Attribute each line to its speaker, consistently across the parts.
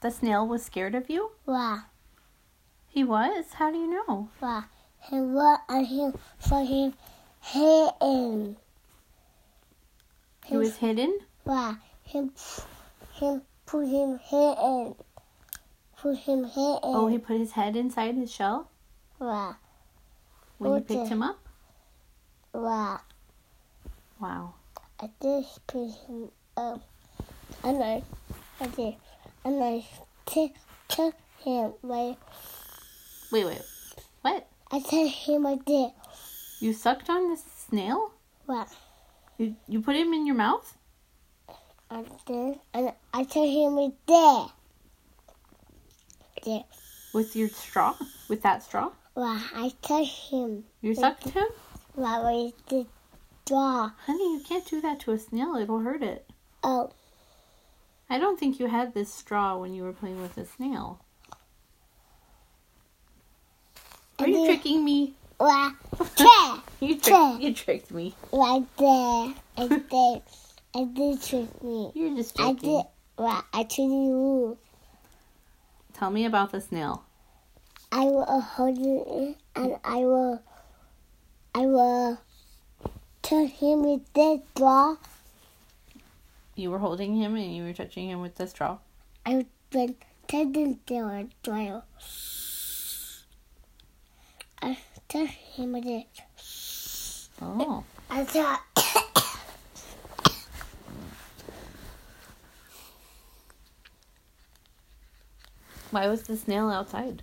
Speaker 1: the snail was scared of you?
Speaker 2: Wow.
Speaker 1: He was? How do you know?
Speaker 2: Wow. He was and he so he hidden.
Speaker 1: He was hidden?
Speaker 2: Wow. He he put him hidden. Put him hidden.
Speaker 1: Oh, he put his head inside his shell
Speaker 2: wow.
Speaker 1: when you
Speaker 2: Okay.
Speaker 1: picked him up?
Speaker 2: Wow.
Speaker 1: Wow.
Speaker 2: I did put him up. And I I did and I took took him like
Speaker 1: Wait, wait. What?
Speaker 2: I took him I did.
Speaker 1: You sucked on the snail?
Speaker 2: Wow.
Speaker 1: You, you put him in your mouth?
Speaker 2: And then and I took him right there. There.
Speaker 1: With your straw? With that straw?
Speaker 2: Wow, I took him.
Speaker 1: You sucked him?
Speaker 2: Wow, we did draw.
Speaker 1: Honey, you can't do that to a snail. It'll hurt it.
Speaker 2: Oh,
Speaker 1: I don't think you had this straw when you were playing with the snail. Are you
Speaker 2: Yeah.
Speaker 1: tricking me?
Speaker 2: wow, there,
Speaker 1: You,
Speaker 2: Yeah.
Speaker 1: trick, you tricked me.
Speaker 2: right there. I did, I did trick me.
Speaker 1: You're just
Speaker 2: I
Speaker 1: joking.
Speaker 2: did, wow, I tricked you.
Speaker 1: Tell me about the snail.
Speaker 2: I will hold it and I will, I will tell him with this draw.
Speaker 1: You were holding him and you were touching him with the straw.
Speaker 2: I've been telling the draw. I tell him with it.
Speaker 1: Oh.
Speaker 2: I thought.
Speaker 1: Why was the snail outside?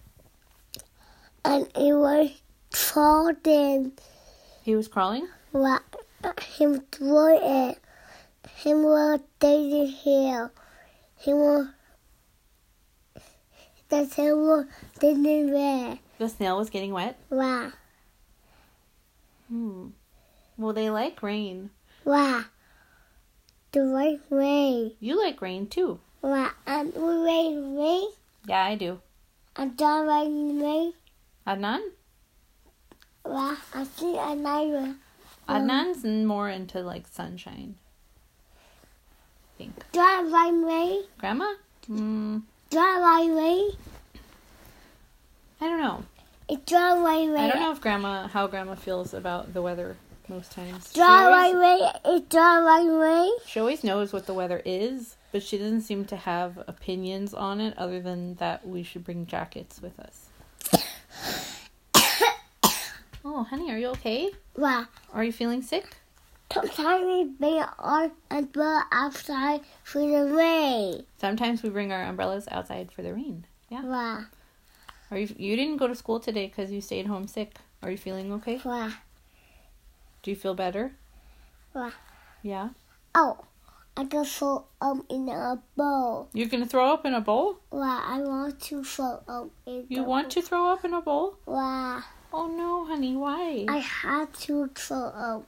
Speaker 2: and it was falling.
Speaker 1: He was crawling?
Speaker 2: Well, him throw it. Him will dating here. He will. That's him will dating there.
Speaker 1: The snail was getting wet?
Speaker 2: Wow,
Speaker 1: Hmm. Well, they like rain.
Speaker 2: wow. The right way.
Speaker 1: You like rain too.
Speaker 2: Wow, and we right way.
Speaker 1: Yeah, I do.
Speaker 2: And the right way.
Speaker 1: Adnan?
Speaker 2: Wow, I see another.
Speaker 1: Adnan's more into like sunshine. I think.
Speaker 2: The right way.
Speaker 1: Grandma? Hmm.
Speaker 2: The right way.
Speaker 1: I don't know.
Speaker 2: It's the right way.
Speaker 1: I don't know if grandma how grandma feels about the weather most times. She
Speaker 2: The right
Speaker 1: always,
Speaker 2: way. It's the right way.
Speaker 1: she always knows what the weather is, but she doesn't seem to have opinions on it other than that we should bring jackets with us. oh, honey, are you okay?
Speaker 2: Wow.
Speaker 1: Are you feeling sick?
Speaker 2: Sometimes we are and we're outside for the rain.
Speaker 1: Sometimes we bring our umbrellas outside for the rain.
Speaker 2: Wow,
Speaker 1: Are you you didn't go to school today cuz you stayed home sick. Are you feeling okay?
Speaker 2: wow,
Speaker 1: Do you feel better?
Speaker 2: wow.
Speaker 1: Yeah.
Speaker 2: Oh, I can throw um in a bowl.
Speaker 1: You're going to throw up in a bowl?
Speaker 2: Wow, I want to throw um in
Speaker 1: You want to throw up in a bowl?
Speaker 2: Wow,
Speaker 1: Oh no, honey, why?
Speaker 2: I have to throw um.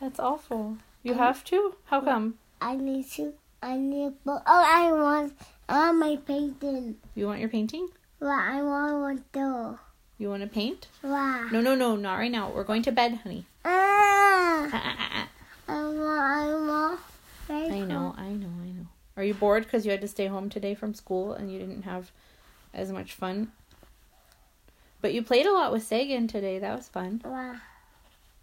Speaker 1: That's awful. You have to? How come?
Speaker 2: I need to. I need bowl. Oh, I want uh, my painting.
Speaker 1: You want your painting?
Speaker 2: Wow, I want one too.
Speaker 1: You want to paint?
Speaker 2: Wow.
Speaker 1: No, no, no, not right now. We're going to bed, honey.
Speaker 2: Ah,
Speaker 1: Ah, ah, ah,
Speaker 2: I want. I
Speaker 1: ah.
Speaker 2: want.
Speaker 1: I know, I know, I know. Are you bored because you had to stay home today from school and you didn't have as much fun? But you played a lot with Sagan today. That was fun.
Speaker 2: Wow,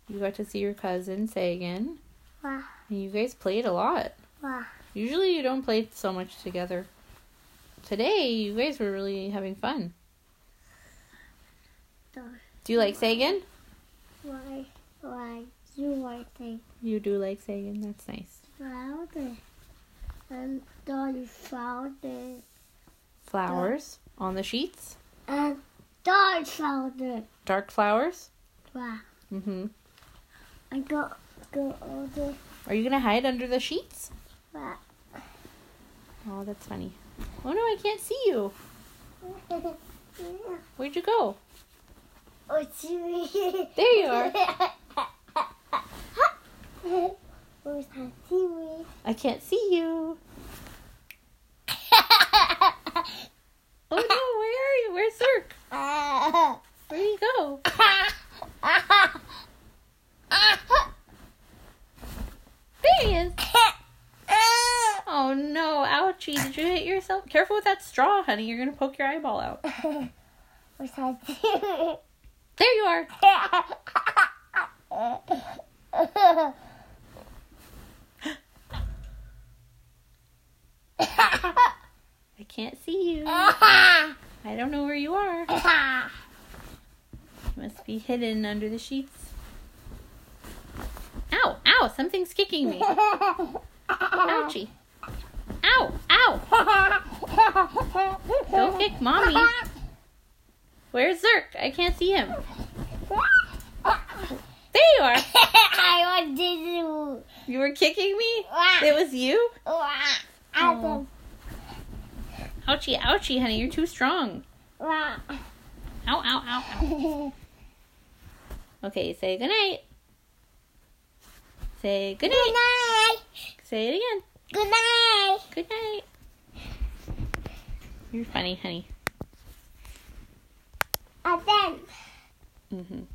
Speaker 1: You got to see your cousin Sagan,
Speaker 2: wow,
Speaker 1: and you guys played a lot.
Speaker 2: wow.
Speaker 1: Usually you don't play so much together. Today you guys were really having fun. Do you like Sagan?
Speaker 2: Why? Why? You why think
Speaker 1: You do like Sagan. That's nice.
Speaker 2: about it? And Dolly found it.
Speaker 1: Flowers on the sheets.
Speaker 2: And Dolly found it.
Speaker 1: Dark flowers.
Speaker 2: Wow.
Speaker 1: Mhm.
Speaker 2: I go go over.
Speaker 1: Are you gonna hide under the sheets?
Speaker 2: Wow.
Speaker 1: Oh, that's funny. Oh no, I can't see you. Where'd you go?
Speaker 2: oh, Jimmy.
Speaker 1: There you are.
Speaker 2: Where's my Jimmy?
Speaker 1: I can't see you. Oh no, where are you? Where's Zerk? Where do you go? There he is. Oh no! Ouch. Ouchie, did you hit yourself? Careful with that straw, honey. You're going to poke your eyeball out.
Speaker 2: What's that?
Speaker 1: There you are. I can't see you. I don't know where you are. You must be hidden under the sheets. Ow, ow, something's kicking me. Ouchie. Ow, ow. Don't kick mommy. Where's Zerk? I can't see him. There you are.
Speaker 2: I want to
Speaker 1: You were kicking me? It was you?
Speaker 2: do.
Speaker 1: Ouchie, ouchie, honey, you're too strong. Ow, ow, ow, ow. Okay, say goodnight. Say
Speaker 2: Good
Speaker 1: goodnight.
Speaker 2: night.
Speaker 1: Say it again.
Speaker 2: Good night.
Speaker 1: Good night. You're funny, honey.
Speaker 2: And then
Speaker 1: Mm-hmm.